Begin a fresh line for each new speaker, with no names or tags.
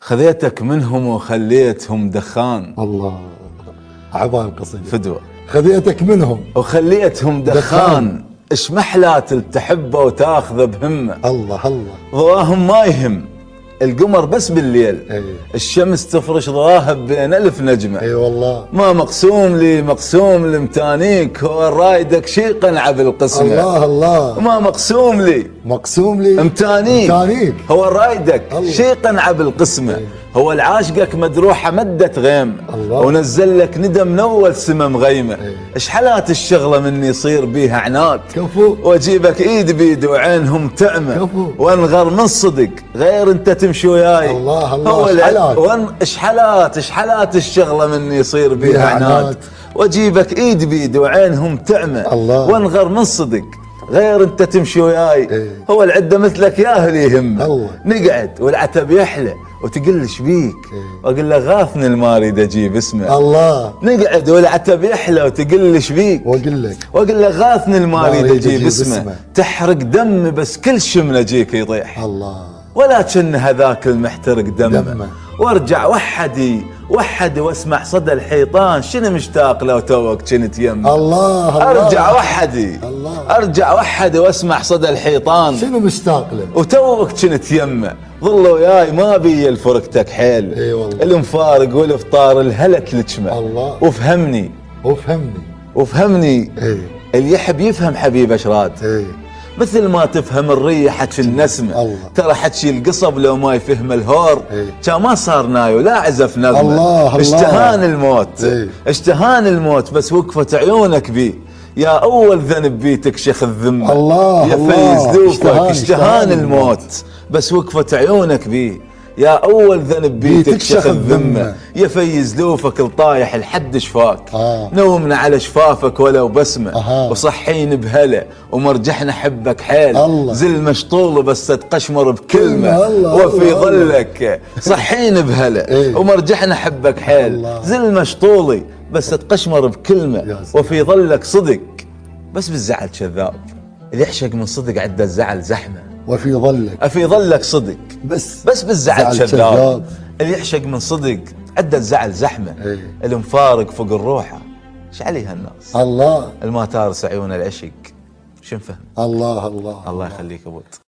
خذيتك منهم وخليتهم دخان
الله عظام قصيدة
فدوى
خذيتك منهم
وخليتهم دخان
دخان.
اش محلات تحبه وتاخذه بهمه
الله الله
ضواهم ما يهم القمر بس بالليل
اي
الشمس تفرش ضواها بين الف نجمه
اي إيه والله
ما مقسوم لي مقسوم لمتانيك هو رايدك شي قنعه بالقسمه
الله الله
ما مقسوم لي
مقسوم لي
امتانيك
امتانيك
هو رايدك
الله.
شي قنعه بالقسمه
أي.
هو العاشقك مدروحه مدة غيم
الله. إيه.
ونزل لك ندم من اول سما مغيمه
أي.
ايش حالات الشغله مني يصير بيها عناد
كفو
واجيبك ايد بيد وعينهم تعمى
كفو.
وانغر من صدق غير انت تمشي وياي
الله، الله،
هو الع-
شحلات.
وان شحلات شحلات الشغله مني يصير بيها
بيها
عناد
عناد.
واجيبك ايد بيد وعينهم تعمى
الله.
وانغر من صدق غير انت تمشي وياي
إيه.
هو العده مثلك ياهل يهمه
الله.
نقعد والعتب يحلى وتقل ايش بيك
إيه. آه.
واقول له غاثني المارد اجيب اسمه
الله
نقعد والعتب يحلى وتقل ايش بيك
واقول لك
واقول له غاثني الماري
ماري
تجيب
تجيب
اسمه.
اسمه.
تحرق دمي بس كل شم نجيك
آه.
يطيح
الله
ولا كن هذاك المحترق دمه
دمه.
وارجع وحدي وحدي واسمع صدى الحيطان شنو مشتاق لو توك كنت يمه
الله الله
ارجع وحدي
آه. الله.
ارجع وحدي واسمع صدى الحيطان
شنو مشتاق له
وتوك كنت يمه ظل وياي ما بي الفرقتك حيل
إي والله.
المفارق والافطار الهلك لجمه
الله.
وفهمني
وفهمني
وفهمني
اي
اللي يحب يفهم حبيب اشراد
اي
مثل ما تفهم الرية حكي النسمة
الله.
ترى حكي القصب لو ما يفهم الهور
إيه.
كان ما صار ناي ولا عزف نغمة
الله، الله.
اشتهان الموت
إيه.
اشتهان الموت بس وقفت عيونك بيه يا أول ذنب بيه تكشخ الذمة
الله،
يا
الله.
فيز ذوقك
اشتهان-
اشتهان
اشتهان
الموت بس وقفت عيونك بيه يا أول ذنب بيه
بيه
تكشخ
تكشخ
الذمة
الذمة.
يا فيز لوفك الطايح لحد شفاك
آه.
نومنا على شفافك ولو بسمة
أها.
وصحين بهلا ومرجحنا حبك حيل
الله.
زل مشطول بس تقشمر بكلمة
كلمة، الله،
وفي
الله، الله.
ظلك صحين بهلا
إيه.
ومرجحنا حبك حيل
الله.
زل مشطولي بس تقشمر بكلمة
يا سلام.
وفي ظلك صدق بس بالزعل كذاب اللي يحشق من صدق عده الزعل زحمة
وفي ظلك
أفي ظلك صدق
بس
بس بالزعل
زعل
كذاب
كذاب.
اللي يحشق من صدق عده الزعل زحمة
إيه. آه.
المفارق فوق الروحة ايش عليها الناس
الله
الماتار عيون العشق شنو فهم
الله الله
الله يخليك ابوت